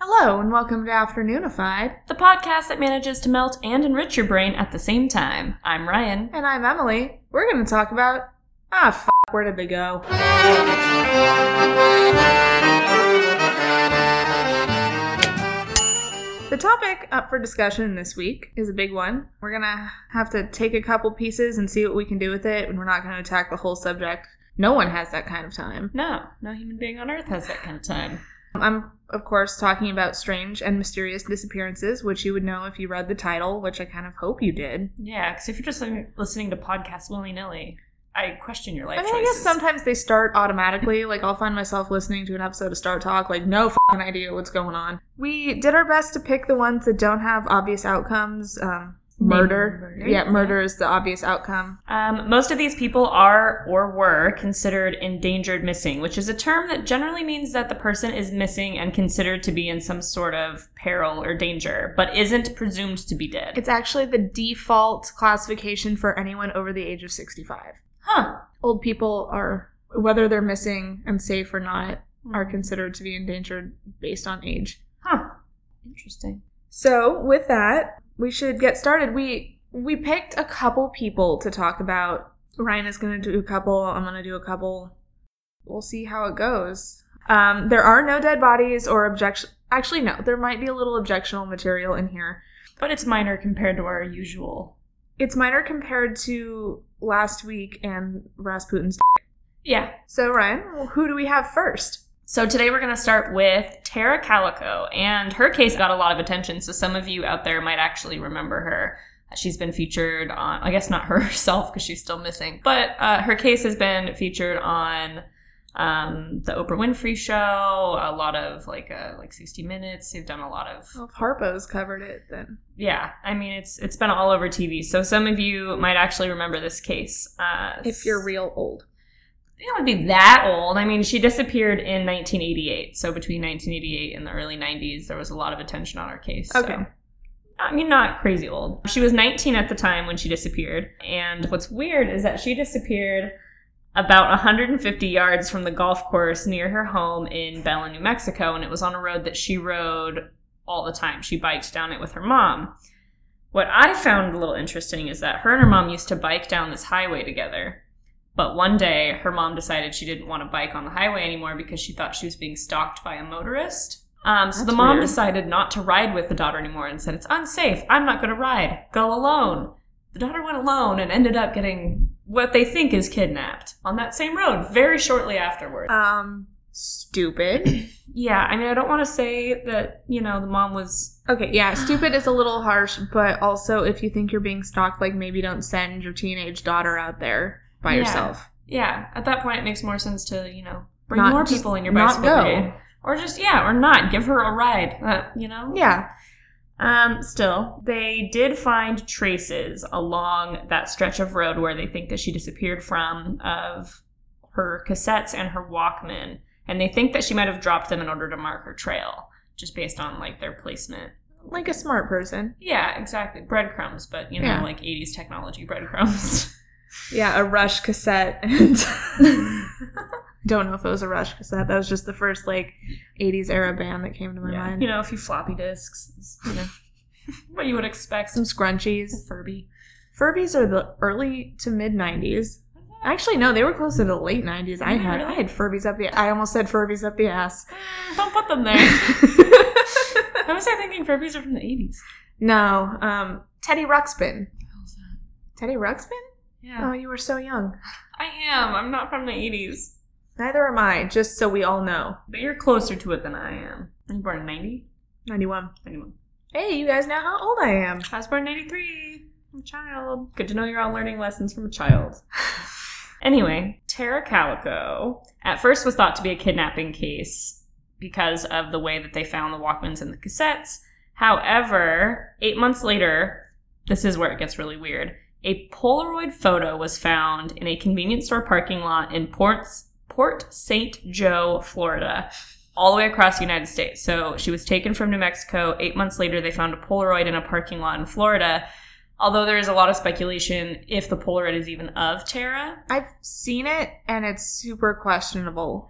Hello and welcome to Afternoonified. the podcast that manages to melt and enrich your brain at the same time. I'm Ryan. And I'm Emily. We're going to talk about. Ah, f where did they go? The topic up for discussion this week is a big one. We're going to have to take a couple pieces and see what we can do with it, and we're not going to attack the whole subject. No one has that kind of time. No, no human being on earth has that kind of time. I'm, of course, talking about strange and mysterious disappearances, which you would know if you read the title, which I kind of hope you did. Yeah, because if you're just li- listening to podcasts willy nilly, I question your life I mean, I choices. guess sometimes they start automatically. Like, I'll find myself listening to an episode of Star Talk, like, no fing idea what's going on. We did our best to pick the ones that don't have obvious outcomes. Um, Maybe murder. murder, Yeah, yeah. murder is the obvious outcome. Um, most of these people are or were considered endangered missing, which is a term that generally means that the person is missing and considered to be in some sort of peril or danger, but isn't presumed to be dead. It's actually the default classification for anyone over the age of 65. huh. Old people are, whether they're missing and safe or not, are considered to be endangered based on age. Huh. Interesting. So, with that, we should get started. We we picked a couple people to talk about. Ryan is going to do a couple. I'm going to do a couple. We'll see how it goes. Um, there are no dead bodies or objection. Actually, no. There might be a little objectionable material in here. But it's minor compared to our usual It's minor compared to last week and Rasputin's. Yeah. So, Ryan, who do we have first? So today we're going to start with Tara Calico, and her case got a lot of attention. So some of you out there might actually remember her. She's been featured on, I guess not herself because she's still missing, but uh, her case has been featured on um, the Oprah Winfrey Show, a lot of like uh, like 60 Minutes. They've done a lot of Well, if Harpo's covered it, then yeah. I mean it's it's been all over TV. So some of you might actually remember this case uh, if you're real old. It would be that old. I mean, she disappeared in 1988. So between 1988 and the early 90s, there was a lot of attention on her case. so- Okay. I mean, not crazy old. She was 19 at the time when she disappeared. And what's weird is that she disappeared about 150 yards from the golf course near her home in Bella, New Mexico. And it was on a road that she rode all the time. She biked down it with her mom. What I found a little interesting is that her and her mom used to bike down this highway together. But one day, her mom decided she didn't want to bike on the highway anymore because she thought she was being stalked by a motorist. Um, so That's the mom weird. decided not to ride with the daughter anymore and said, It's unsafe. I'm not going to ride. Go alone. The daughter went alone and ended up getting what they think is kidnapped on that same road very shortly afterward. Um, stupid. yeah, I mean, I don't want to say that, you know, the mom was Okay, yeah, stupid is a little harsh, but also if you think you're being stalked, like maybe don't send your teenage daughter out there by Yeah. yourself. Yeah, at that point, it makes more sense to you know bring Not- more just people in your not bicycle go. brigade, or just yeah, or not give her a ride. Uh, you know. Yeah. Um. Still, they did find traces along that stretch of road where they think that she disappeared from of her cassettes and her Walkman, and they think that she might have dropped them in order to mark her trail, just based on like their placement. Like a smart person. Yeah, exactly. Breadcrumbs, but you know, Yeah. like '80s technology breadcrumbs. Yeah, a Rush cassette. And don't know if it was a Rush cassette. That was just the first like 80s era band that came to my Yeah. mind. You know, a few floppy disks, you know, what you would expect. Some Some scrunchies. Furby. Furbies are the early to mid 90s. Actually, no, they were close to the late 90s. I had I had Furbies up the I almost said Furbies up the ass. Mm, Don't put them there. I was thinking Furbies are from the 80s. No, um, Teddy Ruxpin. Teddy Ruxpin? Yeah. Oh, you were so young. Uh, I am. I'm not from the 80s. Neither am I, just so we all know. But you're closer to it than I am. Were you born in 90? 91. 91. Hey, you guys know how old I am. I was born in 93. I'm a child. Good to know you're all learning lessons from a child. anyway, Tara Calico at first was thought to be a kidnapping case because of the way that they found the Walkmans and the cassettes. However, eight months later, this is where it gets really weird. A Polaroid photo was found in a convenience store parking lot in Port, Port St. Joe, Florida, all the way across the United States. So she was taken from New Mexico. Eight months later, they found a Polaroid in a parking lot in Florida. Although there is a lot of speculation if the Polaroid is even of Tara. I've seen it and it's super questionable.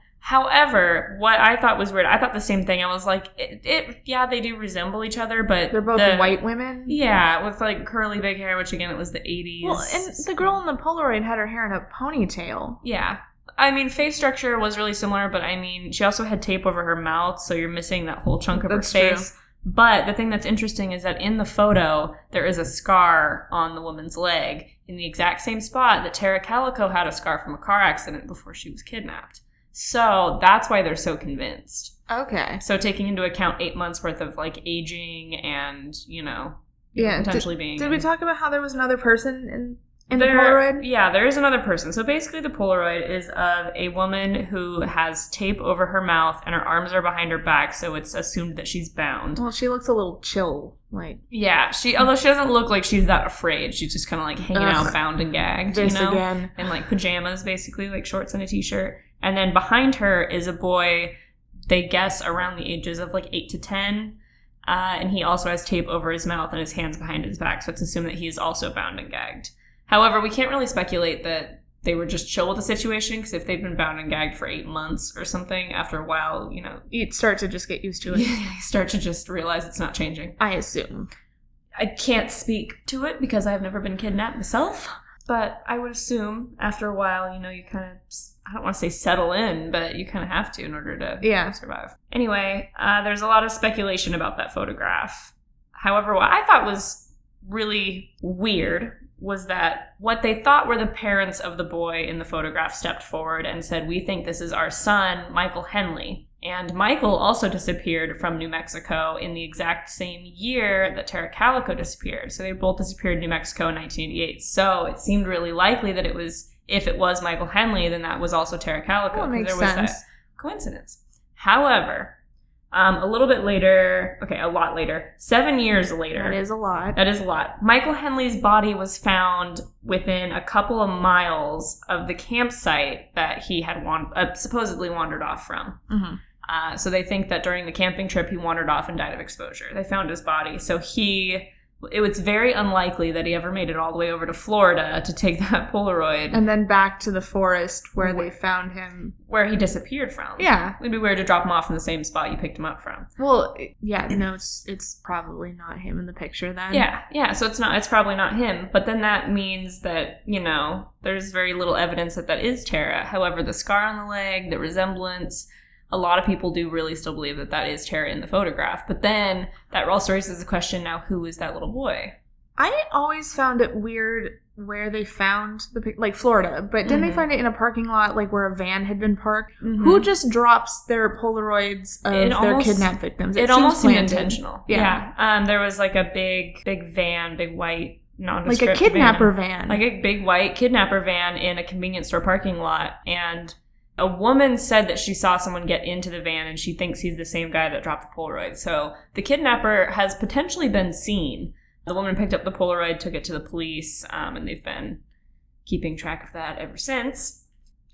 However, what I thought was weird, I thought the same thing. I was like, it, it yeah, they do resemble each other, but They're both the- white women. Yeah, with like curly big hair, which again, it was the 80s. Well, and the girl in the Polaroid had her hair in a ponytail. Yeah. I mean, face structure was really similar, but I mean, she also had tape over her mouth, so you're missing that whole chunk of That's her face. But the thing that's interesting is that in the photo, there is a scar on the woman's leg in the exact same spot that Tara Calico had a scar from a car accident before she was kidnapped. So that's why they're so convinced. Okay. So taking into account eight months worth of like aging and you know, Yeah, did- potentially being Did we in- talk about how there was another person in in the there- Polaroid? Yeah, there is another person. So basically, the Polaroid is of a woman who has tape over her mouth and her arms are behind her back, so it's assumed that she's bound. Well, she looks a little chill. Like Yeah, she although she doesn't look like she's that afraid. She's just kind of like hanging Ugh. out, bound and gagged, this you know, again. in like pajamas, basically like shorts and a t-shirt. And then behind her is a boy. They guess around the ages of like eight to ten. Uh, and he also has tape over his mouth and his hands behind his back, so it's assumed that he is also bound and gagged. However, we can't really speculate that they were just chill with the situation because if they've been bound and gagged for eight months or something, after a while, you know, You start to just get used to it. you start to just realize it's not changing. I assume. I can't speak to it because I've never been kidnapped myself, but I would assume after a while, you know, you kind of, I don't want to say settle in, but you kind of have to in order to Yeah. survive. Anyway, uh, there's a lot of speculation about that photograph. However, what I thought was really weird was that what they thought were the parents of the boy in the photograph stepped forward and said, We think this is our son, Michael Henley. And Michael also disappeared from New Mexico in the exact same year that Tara Calico disappeared. So they both disappeared in New Mexico in 1988. So it seemed really likely that it was, if it was Michael Henley, then that was also Tara Calico. Well, it 'cause makes there was that- sense. coincidence. However, um, a little bit later, okay, a lot later, seven years later, That is a lot. that is a lot. Michael Henley's body was found within a couple of miles of the campsite that he had wan- uh, supposedly wandered off from. hmm Uh, so they think that during the camping trip, he wandered off and died of exposure. They found his body. So he, it was very unlikely that he ever made it all the way over to Florida to take that Polaroid And then back to the forest where they Where- found him. where he disappeared from. Yeah. It'd be weird to drop him off in the same spot you picked him up from. Well, it- yeah. No, it's it's probably not him in the picture then. Yeah, yeah. So it's not. It's probably not him. But then that means that you know there's very little evidence that that is Tara. However, the scar on the leg, the resemblance. A lot of people do really still believe that that is Tara in the photograph. But then that also raises the question: Now, who is that little boy? I always found it weird where they found the pic- like Florida, but didn't they Mhm. find it in a parking lot like where a van had been parked? Who just drops their Polaroids of Mm-hmm. It their almost- kidnapped victims? It, seems almost seemed planted. intentional. Yeah. Yeah. Um. There was like a big, big van, big white, Like nondescript a van. kidnapper van. like a big white kidnapper van in a convenience store parking lot and a woman said that she saw someone get into the van and she thinks he's the same guy that dropped the polaroid so the kidnapper has potentially been seen the woman picked up the polaroid took it to the police um, and they've been keeping track of that ever since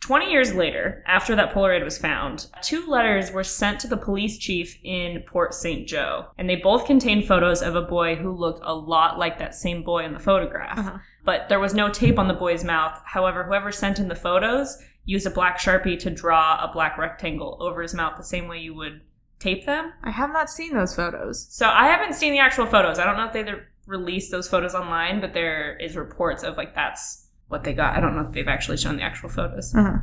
20 years later after that polaroid was found two letters were sent to the police chief in port st joe and they both contained photos of a boy who looked a lot like that same boy in the photograph Uh-huh. but there was no tape on the boy's mouth. However, whoever sent in the photos used a black sharpie to draw a black rectangle over his mouth the same way you would tape them. I have not seen those photos. So I haven't seen the actual photos. I don't know if they released those photos online, but there is reports of like that's what they got. I don't know if they've actually shown the actual photos. Uh-huh.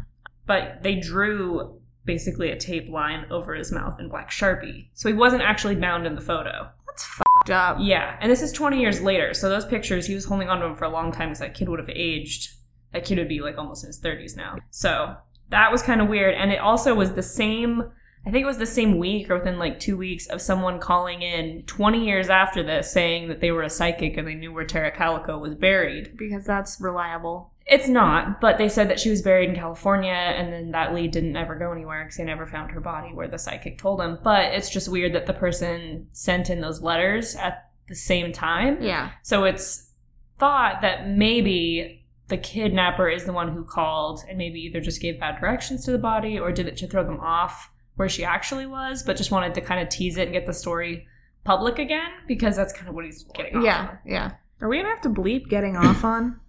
But they drew basically a tape line over his mouth in black sharpie. So he wasn't actually bound in the photo. Fucked up. Yeah, and this is 20 years later, so those pictures, he was holding on to them for a long time because that kid would have aged. That kid would be like almost in his 30s now. So that was kind of weird. And it also was the same, I think it was the same week or within like two weeks of someone calling in 20 years after this saying that they were a psychic and they knew where Tara Calico was buried. Because that's reliable. It's not, but they said that she was buried in California, and then that lead didn't ever go anywhere because they never found her body where the psychic told them. But it's just weird that the person sent in those letters at the same time. Yeah. So it's thought that maybe the kidnapper is the one who called and maybe either just gave bad directions to the body or did it to throw them off where she actually was, but just wanted to kind of tease it and get the story public again because that's kind of what he's getting off Yeah. Yeah. Are we gonna have to bleep getting off on?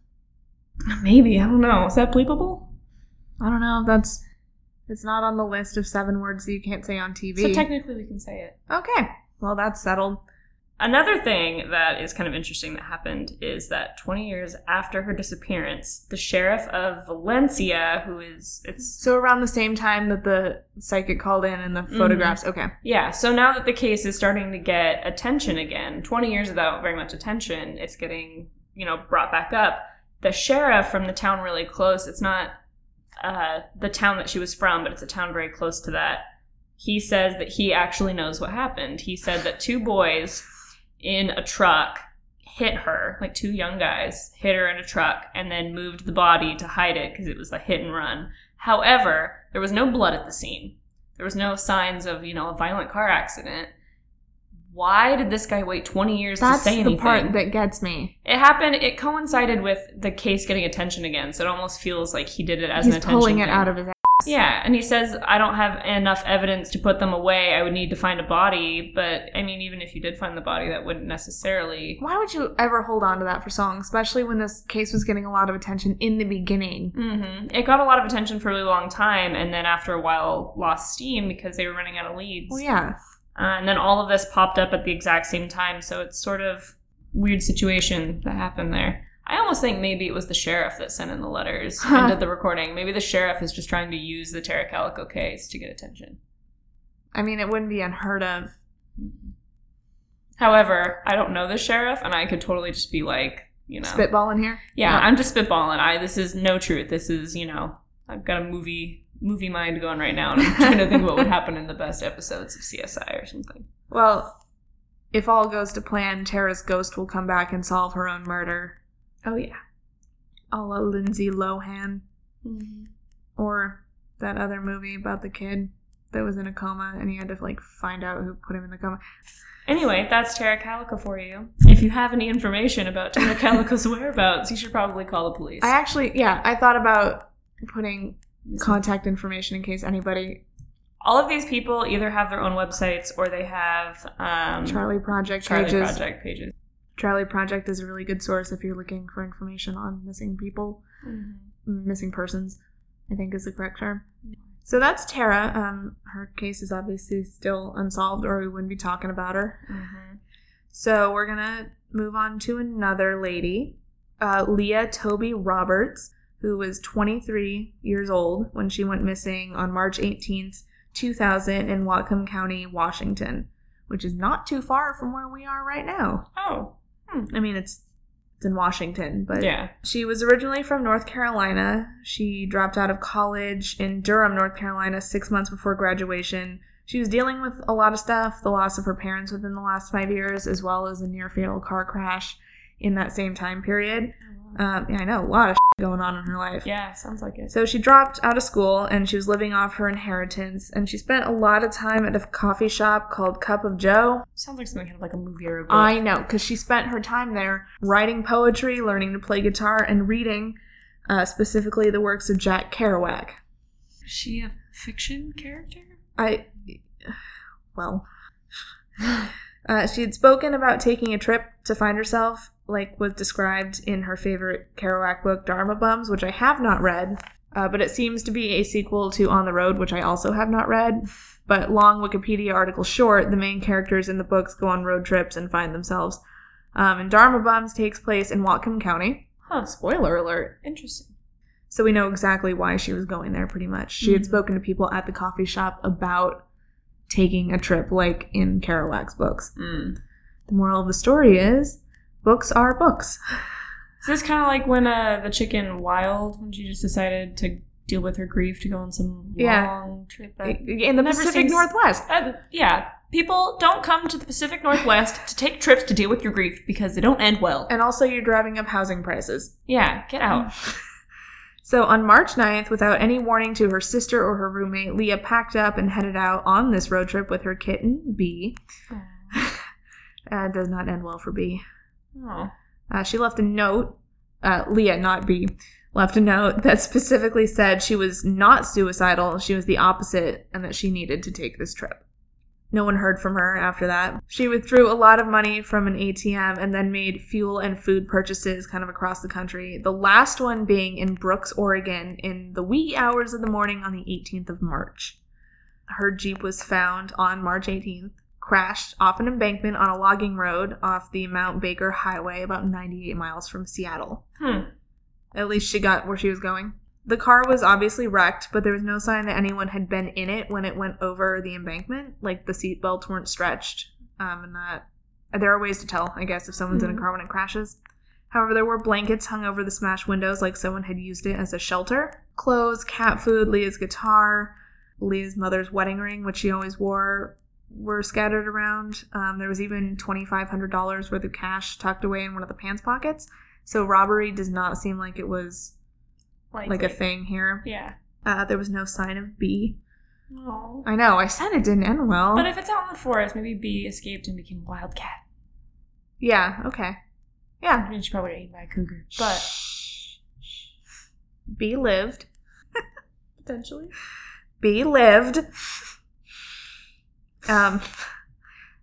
on. Maybe, I don't know. Is that bleepable? I don't know. That's It's not on the list of seven words that you can't say on TV. So technically, we can say it. okay. Well, that's settled. Another thing that is kind of interesting that happened is that 20 years after her disappearance, the sheriff of Valencia, who is it's So around the same time that the psychic called in and the Mm-hmm. photographs. Okay. yeah, so now that the case is starting to get attention again, 20 years without very much attention, it's getting, you know, brought back up. The sheriff from the town really close, it's not uh, the town that she was from, but it's a town very close to that. He says that he actually knows what happened. He said that two boys in a truck hit her, like two young guys hit her in a truck, and then moved the body to hide it because it was a hit and run. However, there was no blood at the scene. There was no signs of you know a violent car accident. Why did this guy wait 20 years That's to say anything? the part that gets me. It happened. It coincided with the case getting attention again, so it almost feels like he did it as He's an attention. pulling it thing. out of his ass. Yeah, and he says, I don't have enough evidence to put them away. I would need to find a body. But, I mean, even if you did find the body, that wouldn't necessarily. Why would you ever hold on to that for so long, especially when this case was getting a lot of attention in the beginning? hmm It got a lot of attention for a really long time, and then after a while lost steam because they were running out of leads. Well, yeah. Uh, and then all of this popped up at the exact same time, so it's sort of weird situation that happened there. I almost think maybe it was the sheriff that sent in the letters and did the recording. Maybe the sheriff is just trying to use the Tara Calico case to get attention. I mean, it wouldn't be unheard of. However, I don't know the sheriff, and I could totally just be like, you know, Spitball in here? yeah, I'm just spitballing. I this is no truth. This is you know, I've got a movie movie mind going right now, and I'm trying to think what would happen in the best episodes of CSI or something. Well, if all goes to plan, Tara's ghost will come back and solve her own murder. Oh yeah, A la Lindsay Lohan. Or that other movie about the kid that was in a coma and he had to, like, find out who put him in the coma. Anyway, that's Tara Calico for you. If you have any information about Tara Calico's whereabouts, you should probably call the police. I actually, yeah, I thought about putting contact information in case anybody, All of these people either have their own websites or they have um, Charlie Project Charlie pages. Project pages. Charlie Project is a really good source if you're looking for information on missing people, Mm-hmm. missing persons, I think is the correct term. So that's Tara. Um, her case is obviously still unsolved, or we wouldn't be talking about her. Mm-hmm. Mhm. So we're gonna move on to another lady, uh, Leah Toby Roberts, who was 23 years old when she went missing on March 18th, 2000, in Whatcom County, Washington, which is not too far from where we are right now. Hmm, Oh, I mean, it's it's in Washington, but yeah. she was originally from North Carolina. She dropped out of college in Durham, North Carolina, six months before graduation. She was dealing with a lot of stuff the loss of her parents within the last five years, as well as a near fatal car crash in that same time period. Um, yeah, I know, a lot of shit going on in her life. Yeah, sounds like it. So she dropped out of school and she was living off her inheritance, and she spent a lot of time at a coffee shop called Cup of Joe. Sounds like something kind of like a movie or a book. I know, because she spent her time there writing poetry, learning to play guitar, and reading uh, specifically the works of Jack Kerouac. Is she a fiction character? I, well, uh, she had spoken about taking a trip to find herself, like was described in her favorite Kerouac book, Dharma Bums, which I have not read, uh, but it seems to be a sequel to On the Road, which I also have not read. But long Wikipedia article short, the main characters in the books go on road trips and find themselves. Um, and Dharma Bums takes place in Whatcom County. Huh. Spoiler alert. Interesting. So we know exactly why she was going there pretty much. She had Mhm. spoken to people at the coffee shop about taking a trip, like in Kerouac's books. Mm. The moral of the story is books are books. Is this kind of like when uh, the chicken Wild, when she just decided to deal with her grief to go on some Yeah. long trip? That, In the Never Pacific seems- Northwest. Uh, yeah. People don't come to the Pacific Northwest to take trips to deal with your grief because they don't end well. And also, you're driving up housing prices. Yeah, get out. So on March 9th, without any warning to her sister or her roommate, Leah packed up and headed out on this road trip with her kitten, Bee. Uh, does not end well for Bee. Oh. Uh, she left a note, uh, Leah, not B, left a note that specifically said she was not suicidal, she was the opposite, and that she needed to take this trip. No one heard from her after that. She withdrew a lot of money from an ATM and then made fuel and food purchases kind of across the country, the last one being in Brooks, Oregon, in the wee hours of the morning on the 18th of March. Her Jeep was found on March 18th, crashed off an embankment on a logging road off the Mount Baker Highway, about 98 miles from Seattle. Hmm. At least she got where she was going. The car was obviously wrecked, but there was no sign that anyone had been in it when it went over the embankment. Like the seatbelts weren't stretched, um, and that there are ways to tell, I guess, if someone's in Mhm. a car when it crashes. However, there were blankets hung over the smashed windows, like someone had used it as a shelter. Clothes, cat food, Leah's guitar, Leah's mother's wedding ring, which she always wore, were scattered around. Um, there was even twenty five hundred dollars worth of cash tucked away in one of the pants pockets. So robbery does not seem like it was like a thing here. Yeah. Uh, there was no sign of B. Aww. I know. I said it didn't end well. But if it's out in the forest, maybe B escaped and became a wildcat. yeah. Okay. Yeah. I mean, she probably got eaten by a cougar. But B lived. potentially. B lived. Um,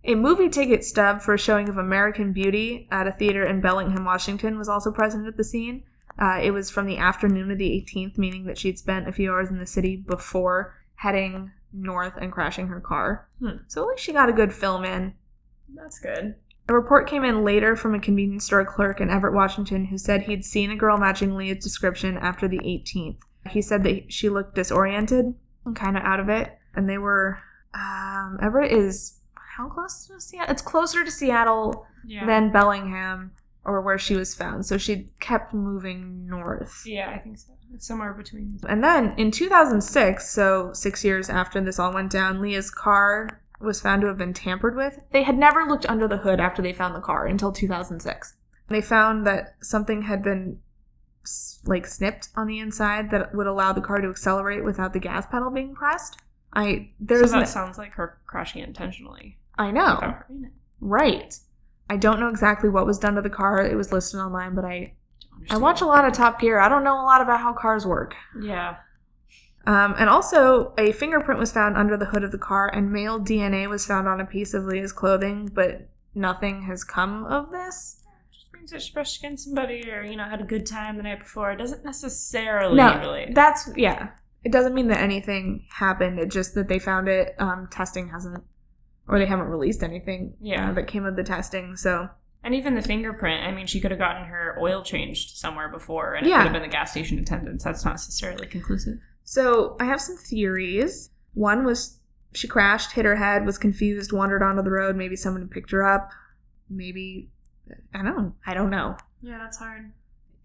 a movie ticket stub for a showing of American Beauty at a theater in Bellingham, Washington, was also present at the scene. Uh, it was from the afternoon of the 18th, meaning that she'd spent a few hours in the city before heading north and crashing her car. Hmm. So at least she got a good film in. That's good. A report came in later from a convenience store clerk in Everett, Washington, who said he'd seen a girl matching Leah's description after the 18th. He said that she looked disoriented and kind of out of it, and they were. Um, Everett is how close to Seattle? It's closer to Seattle Yeah. than Bellingham, or where she was found. So she kept moving north. yeah, I think so. It's somewhere between. And then in 2006, so six years after this all went down, Leah's car was found to have been tampered with. They had never looked under the hood after they found the car until 2006. They found that something had been s- like snipped on the inside that would allow the car to accelerate without the gas pedal being pressed. I So there's Oh. that n- sounds like her crashing it intentionally. I know. without her in it. Right. I don't know exactly what was done to the car. It was listed online, but I Don't I understand. watch a lot of Top Gear. I don't know a lot about how cars work. Yeah. Um, and also, a fingerprint was found under the hood of the car, and male DNA was found on a piece of Leah's clothing, but nothing has come of this. Just means that she brushed against somebody or, you know, had a good time the night before. It doesn't necessarily No. relate. That's, yeah. It doesn't mean that anything happened, it just that they found it. Um, testing hasn't, or they haven't released anything Yeah. uh, that came of the testing, so. And even the fingerprint, I mean, she could have gotten her oil changed somewhere before, and it Yeah. could have been the gas station attendants. That's not necessarily conclusive. So I have some theories. One was she crashed, hit her head, was confused, wandered onto the road. Maybe someone picked her up. Maybe, I don't know. I don't know. Yeah, that's hard.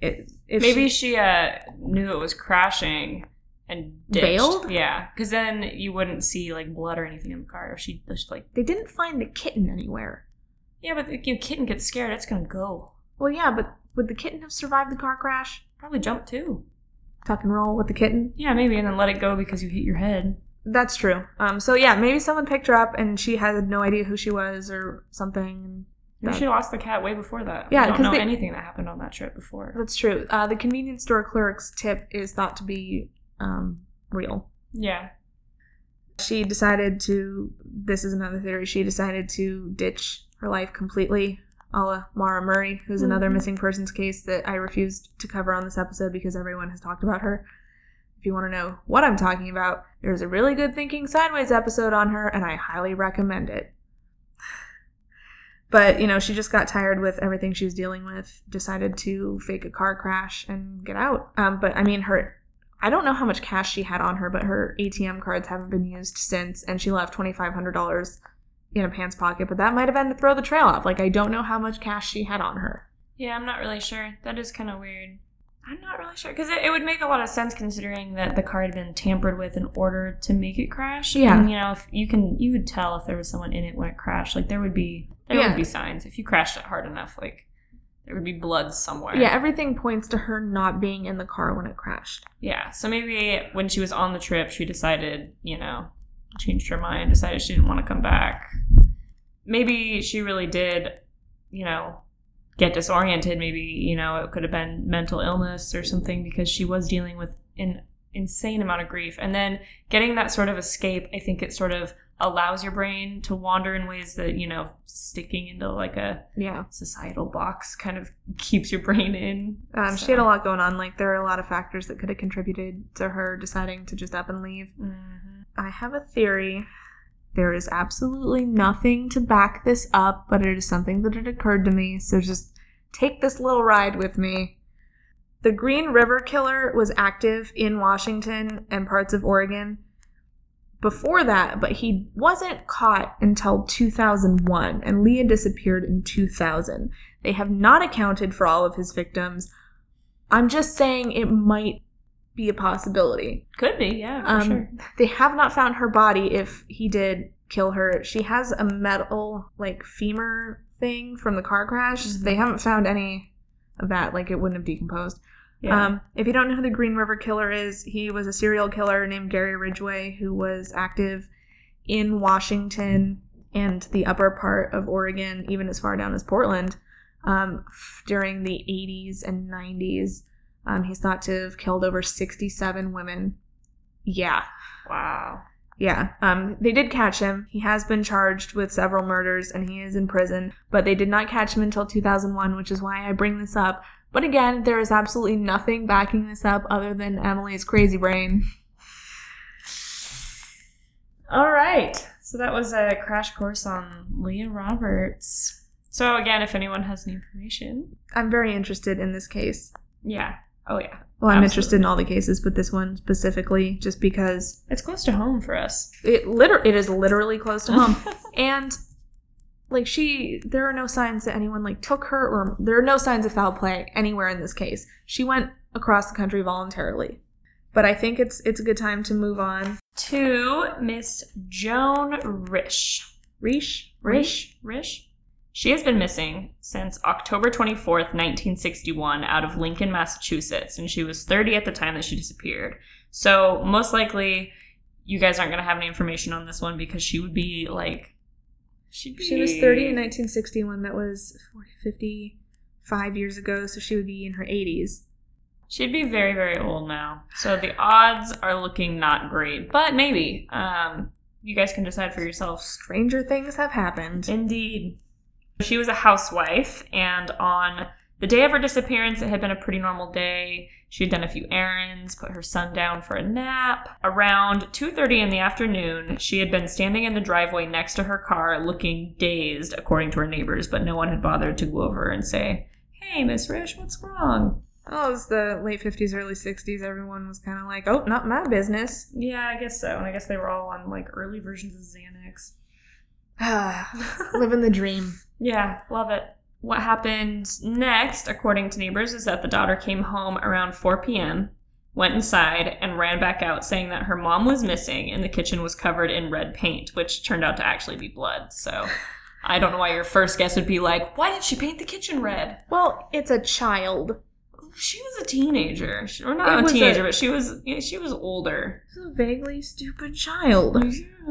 It, if Maybe she, uh, knew it was crashing and ditched. Bailed? Yeah, because then you wouldn't see like blood or anything in the car. If she just like, They didn't find the kitten anywhere. yeah, but if your kitten gets scared, it's gonna go. Well, yeah, but would the kitten have survived the car crash? Probably jump too. Tuck and roll with the kitten? Yeah, maybe, and then let it go because you hit your head. That's true. Um, so yeah, maybe someone picked her up and she had no idea who she was or something. Maybe That- she lost the cat way before that. Yeah, we don't 'cause know they- anything that happened on that trip before. That's true. Uh, the convenience store clerk's tip is thought to be um, real. Yeah, She decided to, this is another theory, she decided to ditch her life completely, a la Mara Murray, who's another Mhm. missing persons case that I refused to cover on this episode because everyone has talked about her. If you want to know what I'm talking about, there's a really good Thinking Sideways episode on her, and I highly recommend it. But, you know, she just got tired with everything she was dealing with, decided to fake a car crash and get out. Um, but, I mean, her I don't know how much cash she had on her, but her ATM cards haven't been used since, and she left twenty five hundred dollars in a pants pocket. But that might have been to throw the trail off. Like I don't know how much cash she had on her. Yeah, I'm not really sure. That is kind of weird. I'm not really sure because it, it would make a lot of sense considering that the car had been tampered with in order to make it crash. Yeah. and, you know, if you can, you would tell if there was someone in it when it crashed. Like there would be, there Yeah. would be signs if you crashed it hard enough. Like there would be blood somewhere. Yeah, everything points to her not being in the car when it crashed. yeah. So maybe when she was on the trip, she decided, you know, changed her mind, decided she didn't want to come back. Maybe she really did, you know, get disoriented. Maybe, you know, it could have been mental illness or something because she was dealing with an insane amount of grief. And then getting that sort of escape, I think it sort of allows your brain to wander in ways that, you know, sticking into like a Yeah. societal box kind of keeps your brain in. Um, She had a lot going on. Like, there are a lot of factors that could have contributed to her deciding to just up and leave. Mhm. I have a theory. There is absolutely nothing to back this up, but it is something that had occurred to me, so just take this little ride with me. The Green River Killer was active in Washington and parts of Oregon before that, but he wasn't caught until 2001, and Leah disappeared in 2000. They have not accounted for all of his victims. I'm just saying it might be a possibility Could be, yeah, for Um, sure. they have not found her body if he did kill her. She has a metal like femur thing from the car crash. Mhm. They haven't found any of that like it wouldn't have decomposed. Yeah. Um if you don't know who the Green River Killer is, he was a serial killer named Gary Ridgway who was active in Washington and the upper part of Oregon, even as far down as Portland, um, f- during the 80s and 90s. Um, he's thought to have killed over 67 women. Yeah, wow. yeah, um, they did catch him. He has been charged with several murders and he is in prison, but they did not catch him until 2001, which is why I bring this up. But again, there is absolutely nothing backing this up other than Emily's crazy brain. All right. So that was a crash course on Leah Roberts. So again, if anyone has any information, I'm very interested in this case. yeah. Oh yeah. Well, I'm Absolutely. interested in all the cases, but this one specifically, just because It's close to home for us. it liter- it is literally close to home. and like she there are no signs that anyone like took her or there are no signs of foul play anywhere in this case she went across the country voluntarily but i think it's it's a good time to move on to Miss Joan Risch. Rish, Rish? Rish? She has been missing since October 24th, 1961, out of Lincoln, Massachusetts, and she was 30 at the time that she disappeared. So, most likely, you guys aren't going to have any information on this one because she would be like. She'd be, she was 30 in 1961 that was 40, 55 years ago so she would be in her 80s She'd be very, very old now. So, the odds are looking not great, but maybe. Um, you guys can decide for yourselves. stranger things have happened Indeed. She was a housewife, and on the day of her disappearance, it had been a pretty normal day. She had done a few errands, put her son down for a nap. Around 2:30 in the afternoon, she had been standing in the driveway next to her car, looking dazed, according to her neighbors, but no one had bothered to go over and say, "Hey, Miss Rish, what's wrong?" oh it was the late 50s early 60s everyone was kind of like oh not my business Yeah, I guess so. And I guess they were all on like early versions of Xanax. living the dream Yeah, love it. What happened next, according to neighbors, is that the daughter came home around 4 p.m., went inside, and ran back out saying that her mom was missing and the kitchen was covered in red paint, which turned out to actually be blood. So I don't know why your first guess would be like, why did she paint the kitchen red? well it's a child She was a teenager. She, or It not a was a- teenager, but she was yeah, she was older. This is a vaguely stupid child.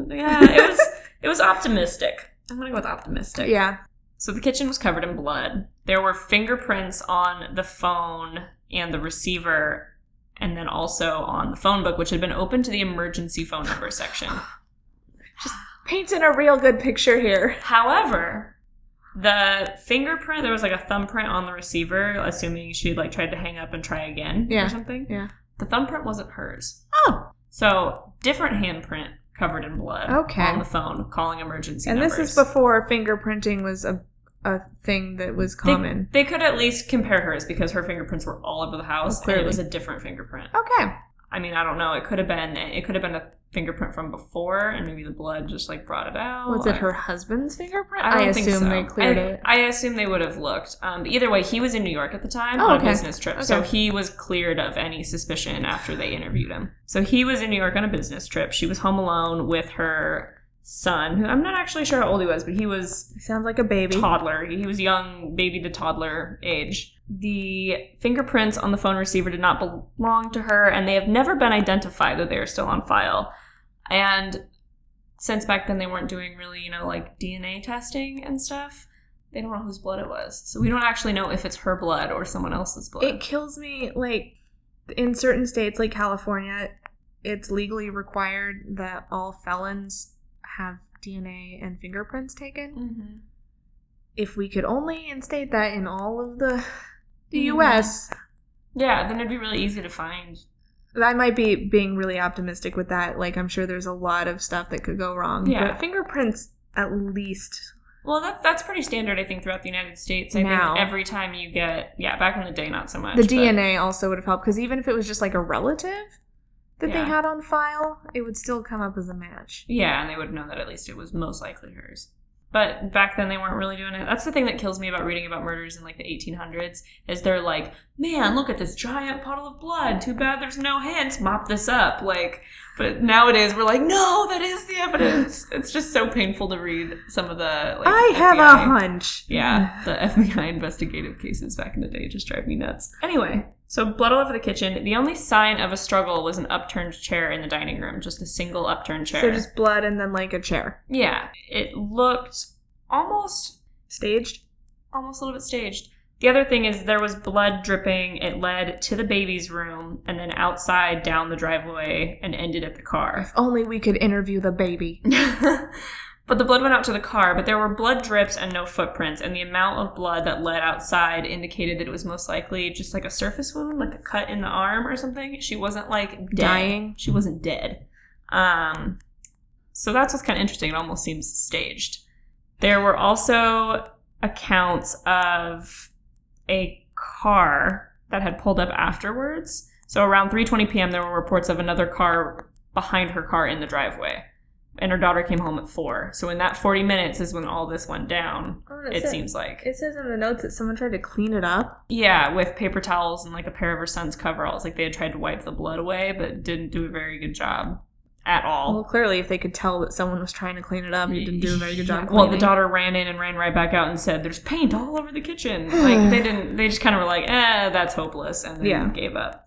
Yeah, it was it was optimistic. I'm gonna go with optimistic. Yeah. So the kitchen was covered in blood. There were fingerprints on the phone and the receiver, and then also on the phone book, which had been open to the emergency phone number section. Painting a real good picture here. However, the fingerprint, there was like a thumbprint on the receiver, assuming she had like tried to hang up and try again Yeah, or something. yeah. The thumbprint wasn't hers. Oh. So different handprint covered in blood Okay. on the phone, calling emergency And this numbers. is before fingerprinting was a, a thing that was They- common. They, could at least compare hers because her fingerprints were all over the house, and Clearly. it was a different fingerprint. okay. I mean, I don't know. It could have been. It could have been a fingerprint from before, and maybe the blood just like brought it out. Was it her husband's fingerprint? I, don't assume think so. they cleared I, it. I assume they would have looked. Um, but either way, he was in New York at the time Oh, on okay. a business trip, so Okay. he was cleared of any suspicion after they interviewed him. So he was in New York on a business trip. She was home alone with her son, who I'm not actually sure how old he was, but he was He sounds like a baby. toddler. He was young, baby to toddler age. The fingerprints on the phone receiver did not belong to her, and they have never been identified, though they are still on file. And since back then they weren't doing really, you know, like DNA testing and stuff, they don't know whose blood it was. So we don't actually know if it's her blood or someone else's blood. It kills me, like, in certain states like California, it's legally required that all felons have DNA and fingerprints taken. Mm-hmm. If we could only instate that in all of the the Mhm. US, Yeah, then it'd be really easy to find. I might be being really optimistic with that. Like I'm sure there's a lot of stuff that could go wrong. Yeah. But fingerprints at least Well, that, that's pretty standard, I think, throughout the United States. I Now. think every time you get, yeah, back in the day, not so much. the but- DNA also would have helped because even if it was just like a relative that Yeah. they had on file, it would still come up as a match. Yeah, and they would know that at least it was most likely hers. But back then they weren't really doing it. That's the thing that kills me about reading about murders in like the 1800s is they're like, "Man, look at this giant puddle of blood. Too bad there's no hints. Mop this up." Like, but nowadays we're like, "No, that is the evidence." It's just so painful to read some of the like I have a FBI hunch. yeah, the FBI investigative cases back in the day just drive me nuts. Anyway, so blood all over the kitchen. The only sign of a struggle was an upturned chair in the dining room, just a single upturned chair. So just blood and then like a chair. Yeah, it looked almost Staged? almost a little bit staged. The other thing is there was blood dripping. It led to the baby's room and then outside down the driveway and ended at the car. If only we could interview the baby. but the blood went out to the car, but there were blood drips and no footprints, and the amount of blood that led outside indicated that it was most likely just like a surface wound, like a cut in the arm or something. She wasn't like dead. Dying. She wasn't dead. Um, so that's what's kind of interesting. It almost seems staged. There were also accounts of a car that had pulled up afterwards. So around 3:20 p.m., there were reports of another car behind her car in the driveway, and her daughter came home at four. So in that 40 minutes is when all this went down. It seems like It says in the notes that someone tried to clean it up. yeah, with paper towels and like a pair of her son's coveralls. Like they had tried to wipe the blood away, but didn't do a very good job at all. Well, clearly, if they could tell that someone was trying to clean it up, you didn't do a very good job. Well, the cleaning. daughter ran in and ran right back out and said, "There's paint all over the kitchen." Like they didn't. They just kind of were like, "Eh, that's hopeless," and then Yeah. gave up.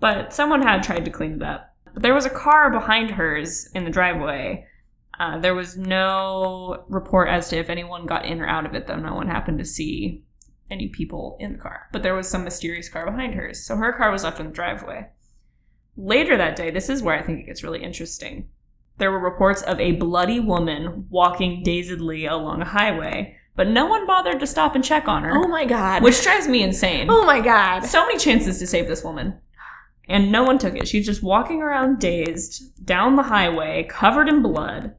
But someone had tried to clean it up. But there was a car behind hers in the driveway. Uh, there was no report as to if anyone got in or out of it, though. No one happened to see any people in the car. But there was some mysterious car behind hers, so her car was left in the driveway. Later that day, this is where I think it gets really interesting. There were reports of a bloody woman walking dazedly along a highway, but no one bothered to stop and check on her, Oh my god. which drives me insane. oh my god. So many chances to save this woman. And no one took it. She's just walking around dazed down the highway, covered in blood.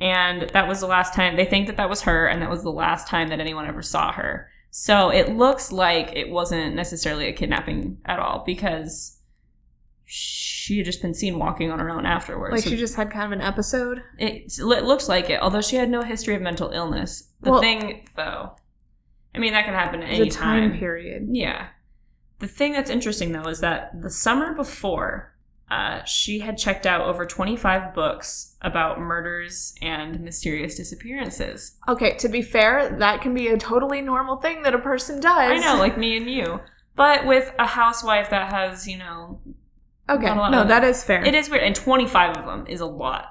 And that was the last time they think that that was her, and that was the last time that anyone ever saw her. So it looks like it wasn't necessarily a kidnapping at all because she had just been seen walking on her own afterwards. like So she just had kind of an episode. it l- it looks like it, although she had no history of mental illness. The Well- thing, though, I mean, that can happen at any The time, time. period. Yeah. The thing that's interesting, though, is that the summer before, uh, she had checked out over 25 books about murders and mysterious disappearances. Okay, to be fair, that can be a totally normal thing that a person I does. know, like me and you. But with a housewife that has, you know, Okay, Not a lot no, of- that is fair. it is weird. And 25 of them is a lot.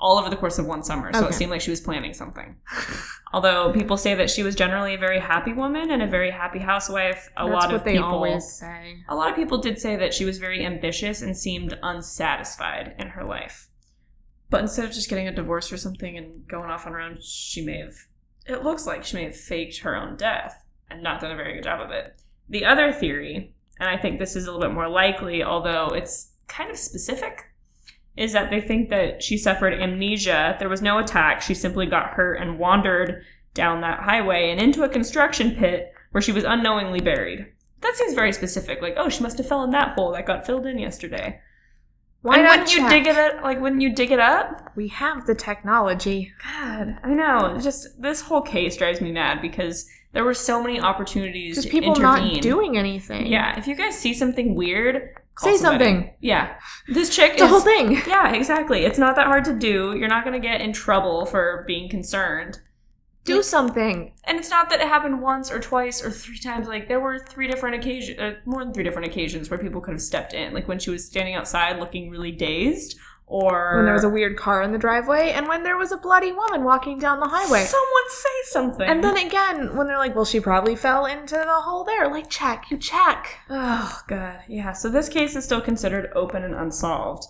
All over the course of one summer. So Okay. it seemed like she was planning something. Although people say that she was generally a very happy woman and a very happy housewife. A That's lot what of they people always say. A lot of people did say that she was very ambitious and seemed unsatisfied in her life. But instead of just getting a divorce or something and going off on her own, she may have, it looks like she may have faked her own death and not done a very good job of it. The other theory, and I think this is a little bit more likely, although it's kind of specific, is that they think that she suffered amnesia. There was no attack. She simply got hurt and wandered down that highway and into a construction pit where she was unknowingly buried. That seems very specific. Like, oh, she must have fell in that hole that got filled in yesterday. Why and not wouldn't you check? dig it? Up, like, wouldn't you dig it up? We have the technology. God, I know. It's just this whole case drives me mad because there were so many opportunities Just to people intervene. not doing anything. Yeah, if you guys see something weird, call Say somebody. something. Yeah, this chick It's a is whole thing. Yeah, exactly. It's not that hard to do. You're not going to get in trouble for being concerned. Do something. And it's not that it happened once or twice or three times. Like, there were three different occasions, uh, more than three different occasions where people could have stepped in. Like, when she was standing outside looking really dazed, or. When there was a weird car in the driveway, and when there was a bloody woman walking down the highway. Someone say something. And then again, when they're like, well, she probably fell into the hole there. Like, check, you check. Oh, God. Yeah. So this case is still considered open and unsolved.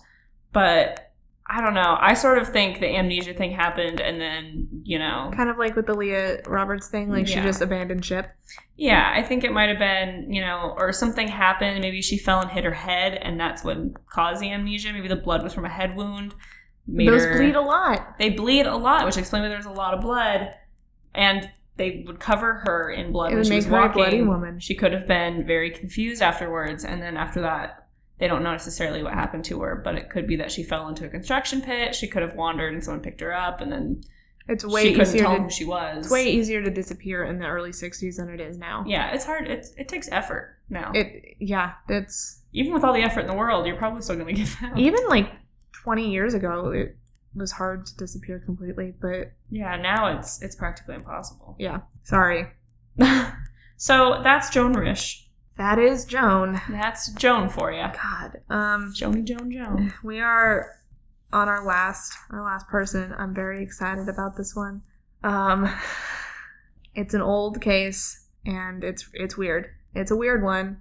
But I don't know. I sort of think the amnesia thing happened and then, you know. Kind of like with the Leah Roberts thing, like she Yeah. just abandoned ship. Yeah, I think it might have been, you know, or something happened. Maybe she fell and hit her head and that's what caused the amnesia. Maybe the blood was from a head wound. Made Those her- bleed a lot. they bleed a lot, which explains why there's a lot of blood. And they would cover her in blood It when would she make was her a walking. bloody woman. She could have been very confused afterwards, and then after that, they don't know necessarily what happened to her. But it could be that she fell into a construction pit. She could have wandered, and someone picked her up, and then It's way she couldn't easier tell to who she was. it's way easier to disappear in the early '60s than it is now. yeah, it's hard. It it takes effort now. It yeah, that's Even with all the effort in the world, you're probably still going to get found. even like 20 years ago, it was hard to disappear completely. But yeah, now it's it's practically impossible. yeah, sorry. so that's Joan Rish. That is Joan. That's Joan for you. God. Um, Joni Joan Joan. we are on our last our last person. I'm very excited about this one. Um, it's an old case, and it's it's weird. It's a weird one.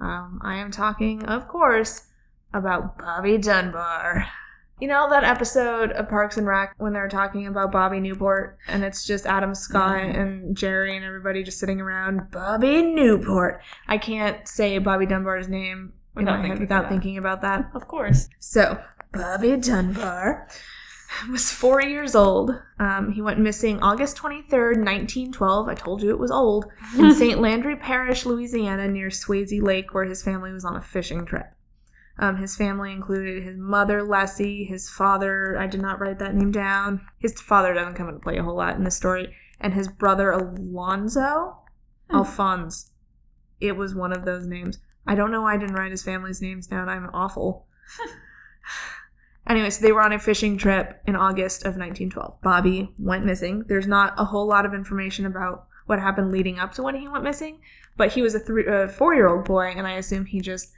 Um, I am talking, of course, about Bobby Dunbar. You know that episode of Parks and Rec when they're talking about Bobby Newport, and it's just Adam Scott Mhm. and Jerry and everybody just sitting around Bobby Newport. I can't say Bobby Dunbar's name in Without my head thinking without about it. thinking about that. Of course. So, Bobby Dunbar was four years old. Um, he went missing August 23rd, 1912. I told you it was old. In St. Landry Parish, Louisiana, near Swayze Lake, where his family was on a fishing trip. Um, his family included his mother, Leslie, his father, I did not write that name down. His father doesn't come into play a whole lot in the story, and his brother, Alonzo? Hmm. Alphonse. It was one of those names. I don't know why I didn't write his family's names down. I'm awful. Anyway, so they were on a fishing trip in August of 1912. Bobby went missing. There's not a whole lot of information about what happened leading up to when he went missing, but he was a, three, a four-year-old boy, and I assume he just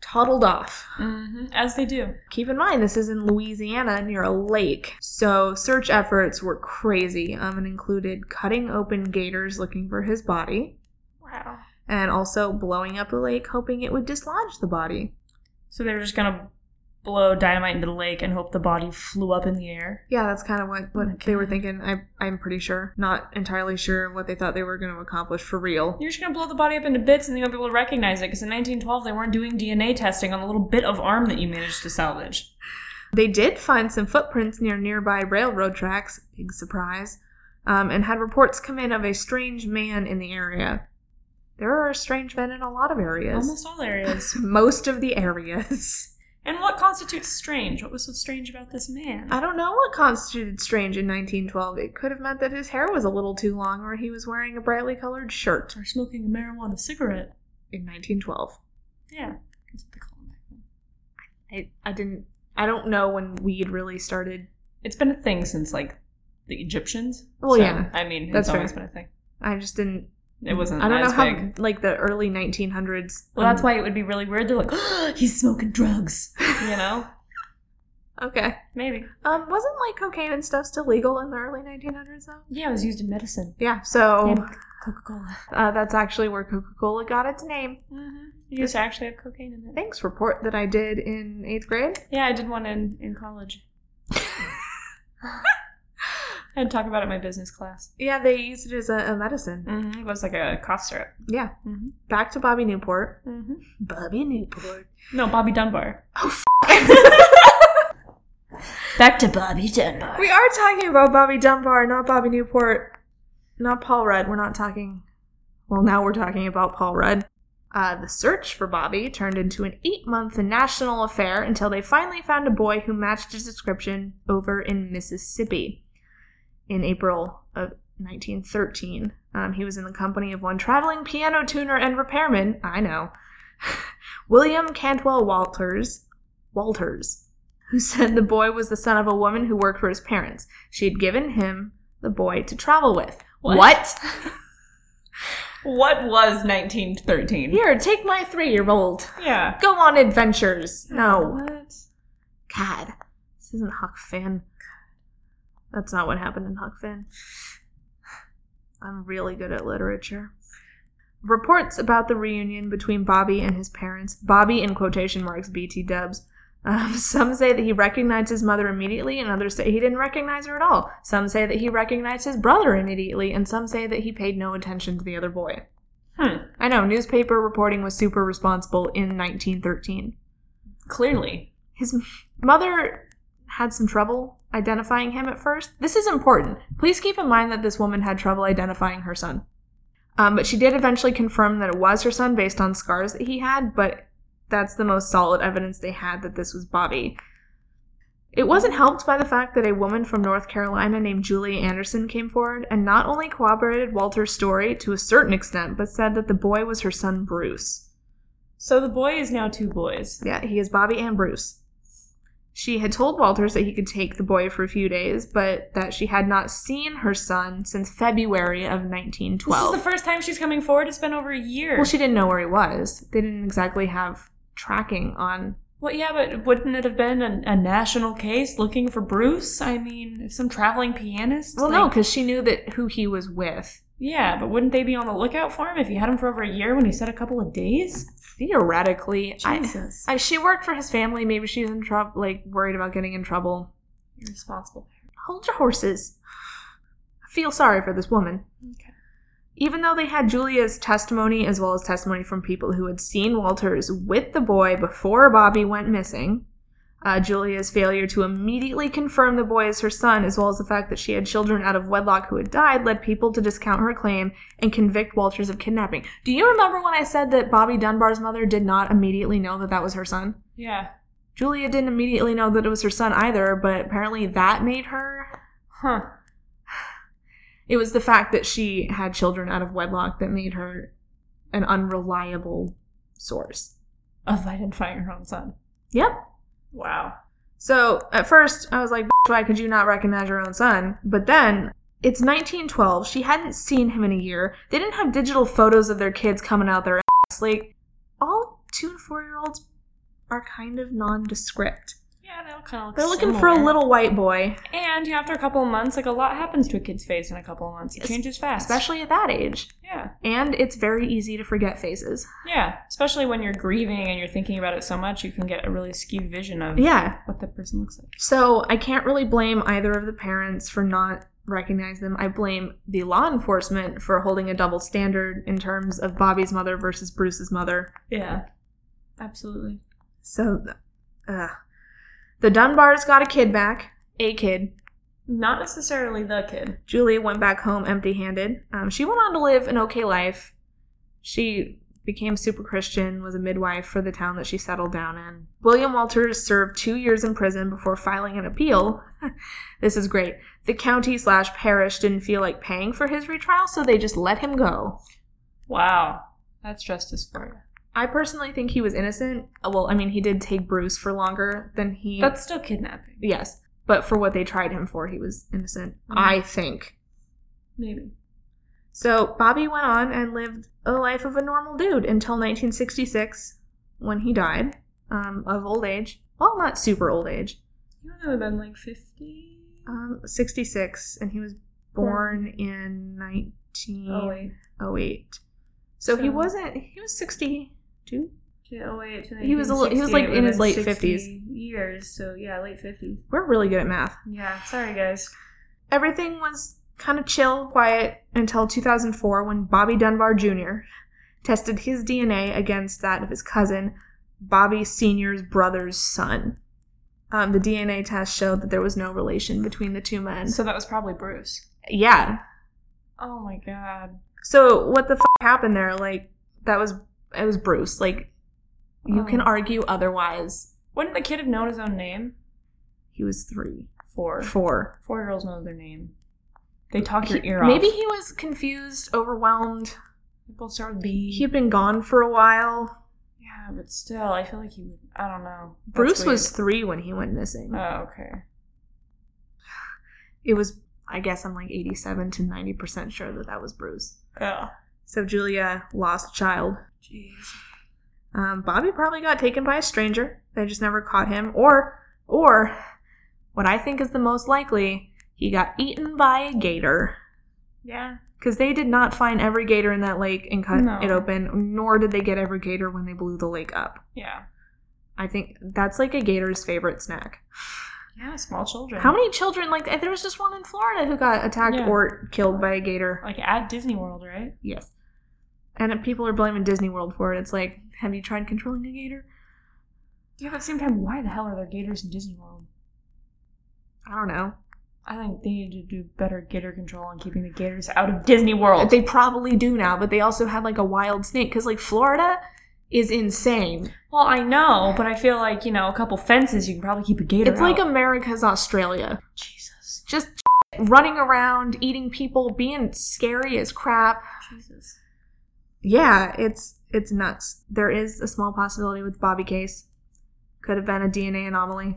toddled off. hmm As they do. Keep in mind, this is in Louisiana near a lake, so search efforts were crazy um, and included cutting open gators looking for his body, Wow. and also blowing up the lake hoping it would dislodge the body. So they were just gonna blow dynamite into the lake and hope the body flew up in the air. Yeah, that's kind of what, what Okay. they were thinking. I, I'm pretty sure. Not entirely sure what they thought they were going to accomplish for real. You're just gonna blow the body up into bits and they won't be able to recognize it because in 1912 they weren't doing DNA testing on the little bit of arm that you managed to salvage. They did find some footprints near nearby railroad tracks, big surprise, um, and had reports come in of a strange man in the area. There are strange men in a lot of areas. Almost all areas. Most of the areas. and what constitutes strange? What was so strange about this man? I don't know what constituted strange in 1912. It could have meant that his hair was a little too long or he was wearing a brightly colored shirt Or smoking a marijuana cigarette. in 1912. Yeah. That's what they call them back then. I, I didn't. I don't know when weed really started. It's been a thing since like the Egyptians. Well, So, yeah. I mean, That's it's always fair. been a thing. I just didn't. It wasn't. I don't know as how. big. Like the early 1900s. Well, that's um, why it would be really weird. They're like, he's smoking drugs. You know? Okay. Maybe. Um, wasn't like cocaine and stuff still legal in the early 1900s though? Yeah, it was used in medicine. Yeah. So And Coca Cola. uh, that's actually where Coca-Cola got its name. You used to actually have cocaine in it. Thanks report that I did in eighth grade. Yeah, I did one in, in college. I had to talk about it in my business class. Yeah, they used it as a, a medicine. hmm It was like a cough syrup. Yeah. Mm-hmm. Back to Bobby Newport. hmm Bobby Newport. No, Bobby Dunbar. Oh, Back to Bobby Dunbar. We are talking about Bobby Dunbar, not Bobby Newport, not Paul Rudd. We're not talking. Well, now we're talking about Paul Rudd. Uh, the search for Bobby turned into an eight month national affair until they finally found a boy who matched his description over in Mississippi in April of 1913. Um, he was in the company of one traveling piano tuner and repairman, I know, William Cantwell Walters. Walters who said the boy was the son of a woman who worked for his parents. She had given him the boy to travel with. What? What? What was 1913? Here, take my three year old. Yeah. Go on adventures. No. What? God. This isn't Huck Finn. That's not what happened in Huck Finn. I'm really good at literature. Reports about the reunion between Bobby and his parents, Bobby in quotation marks, BT dubs, Um, some say that he recognized his mother immediately, and others say he didn't recognize her at all. Some say that he recognized his brother immediately, and some say that he paid no attention to the other boy. Hmm. I know, newspaper reporting was super responsible in 1913. Clearly. His m- mother had some trouble identifying him at first. This is important. Please keep in mind that this woman had trouble identifying her son. Um, but she did eventually confirm that it was her son based on scars that he had, but that's the most solid evidence they had that this was Bobby. It wasn't helped by the fact that a woman from North Carolina named Julie Anderson came forward and not only corroborated Walter's story to a certain extent, but said that the boy was her son Bruce. So the boy is now two boys. Yeah, he is Bobby and Bruce. She had told Walters that he could take the boy for a few days, but that she had not seen her son since February of This 1912. is the first time she's coming forward. It's been over a year. Well, she didn't know where he was. They didn't exactly have tracking on. Well, yeah, but wouldn't it have been a, a national case looking for Bruce? I mean, some traveling pianist? Well, no, like- because she knew that who he was with. Yeah, but wouldn't they be on the lookout for him if you had him for over a year when you said a couple of days? Theoretically, I, Jesus. I, she worked for his family. Maybe she's in trouble, like worried about getting in trouble. Irresponsible. Hold your horses. I feel sorry for this woman. Okay. Even though they had Julia's testimony as well as testimony from people who had seen Walters with the boy before Bobby went missing, uh, Julia's failure to immediately confirm the boy as her son, as well as the fact that she had children out of wedlock who had died, led people to discount her claim and convict Walters of kidnapping. Do you remember when I said that Bobby Dunbar's mother did not immediately know that that was her son? Yeah. Julia didn't immediately know that it was her son either, but apparently that made her Huh. It was the fact that she had children out of wedlock that made her an unreliable source. Of identifying her own son. Yep. Wow. So at first I was like, "Bitch, why could you not recognize your own son? But then it's 1912. She hadn't seen him in a year. They didn't have digital photos of their kids coming out their ass. Like, all two and four year olds are kind of nondescript. Yeah, they all kind of look They're looking for a similar. little white boy, And you know, after a couple of months, like a lot happens to a kid's face in a couple of months. It Es- changes fast. especially at that age. Yeah. And it's very easy to forget faces. Yeah. Especially when you're grieving and you're thinking about it so much, you can get a really skewed vision of Yeah, what the person looks like. So I can't really blame either of the parents for not recognizing them. I blame the law enforcement for holding a double standard in terms of Bobby's mother versus Bruce's mother. Yeah. Absolutely. So, uh, the Dunbars got a kid back, a kid. Not necessarily the kid. Julia went back home empty-handed. Um, she went on to live an okay life. She became super Christian, was a midwife for the town that she settled down in. William Walters served two years in prison before filing an appeal. this is great. The county slash parish didn't feel like paying for his retrial, so they just let him go. Wow. That's justice for you. I personally think he was innocent. Uh, Well, I mean, he did take Bruce for longer than he. That's still kidnapping. yes, but for what they tried him for, he was innocent. Mhm. I think. Maybe. So Bobby went on and lived a life of a normal dude until 1966, when he died um, of old age. Well, not super old age. He would have been like 50. Um, 66, and he was born in 1908. Oh, wait. So he So- wasn't. He was 62. Oh, wait. He was a little- he was, like, in his late 50s. Years, so yeah, late 50s. We're really good at math. Yeah, sorry guys. Everything was kind of chill, quiet until 2004 when Bobby Dunbar Jr. tested his DNA against that of his cousin, Bobby Sr.'s brother's son. Um, the DNA test showed that there was no relation between the two men. So that was probably Bruce. yeah. Oh my god. So what the f- happened there? Like that was it was Bruce. Like you can Oh. argue otherwise. Wouldn't the kid have known his own name? He was three, Four. four. Four year olds know their name. They talk your He- ear off. maybe he was confused, overwhelmed. people start with B. He had been gone for a while. yeah, but still, I feel like he would. I don't know. That's Bruce weird. was three when he went missing. Oh, okay. it was, I guess I'm like 87 to 90% sure that that was Bruce. Oh, So Julia lost a child. jeez. Um, Bobby probably got taken by a stranger. They just never caught him. Or, or, what I think is the most likely, he got eaten by a gator. Yeah. Because they did not find every gator in that lake and cut No. it open, nor did they get every gator when they blew the lake up. Yeah. I think that's like a gator's favorite snack. Yeah, small children. How many children like there was just one in Florida who got attacked Yeah. or killed by a gator. Like at Disney World, right? Yes. And if people are blaming Disney World for it. It's like, have you tried controlling a gator? Yeah, but at the same time, why the hell are there gators in Disney World? I don't know. I think they need to do better gator control on keeping the gators out of Disney World. They probably do now, but they also had like a wild snake because like Florida is insane. well, I know, but I feel like, you know, a couple fences, you can probably keep a gator it's like out. America's Australia. Jesus. Just running around, eating people, being scary as crap. Jesus. Yeah, it's it's nuts. There is a small possibility with Bobby Case. Could have been a DNA anomaly.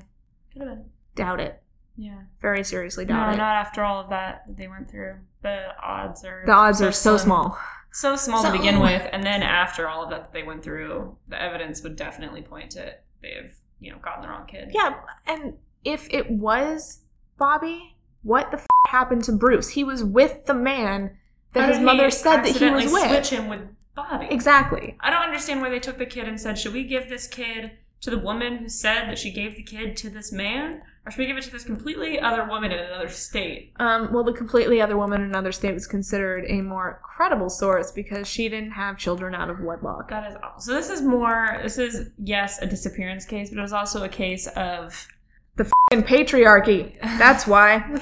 Could have been. Doubt it. Yeah. Very seriously No, doubt it. not after all of that that they went through. The odds are The odds are so slim. small. so small So- to begin with, and then after all of that that they went through, the evidence would definitely point to they've you know gotten the wrong kid. Yeah, and if it was Bobby, what the f- happened to Bruce? He was with the man How that his did mother he said that he accidentally was with. Switch him with Bobby. Exactly. I don't understand why they took the kid and said, should we give this kid to the woman who said that she gave the kid to this man, or should we give it to this completely other woman in another state? Um, well, the completely other woman in another state was considered a more credible source because she didn't have children out of wedlock. That is awful. So this is more. This is yes, a disappearance case, but it was also a case of. And patriarchy. That's why.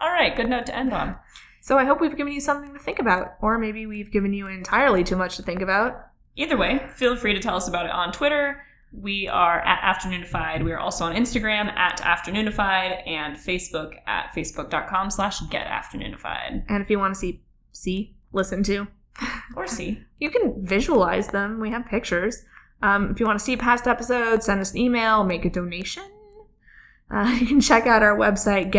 All right, good note to end on. so I hope we've given you something to think about, or maybe we've given you entirely too much to think about. Either way, feel free to tell us about it on Twitter. We are at Afternoonified. We are also on Instagram at Afternoonified and Facebook at facebook.com slash getafternoonified. And if you want to see, see, listen to, Or C. you can visualize them. We have pictures. Um, if you want to see past episodes, send us an email, make a donation. Uh, you can check out our website,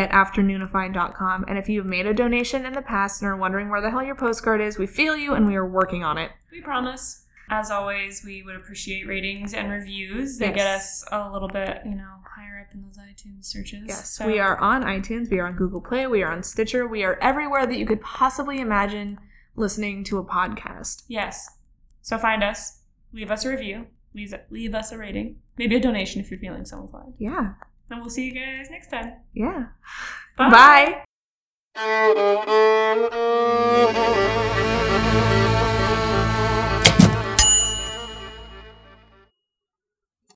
getafternoonifine.com. And if you've made a donation in the past and are wondering where the hell your postcard is, we feel you and we are working on it. We promise. As always, we would appreciate ratings and reviews. They get Yes. us a little bit, you know, higher up in those iTunes searches. Yes, So- we are on iTunes, we are on Google Play, we are on Stitcher, we are everywhere that you could possibly imagine listening to a podcast. Yes. So find us. Leave us a review. Leave, leave us a rating. Maybe a donation if you're feeling so inclined. Yeah, And we'll see you guys next time. yeah. Bye. Bye. Thank you.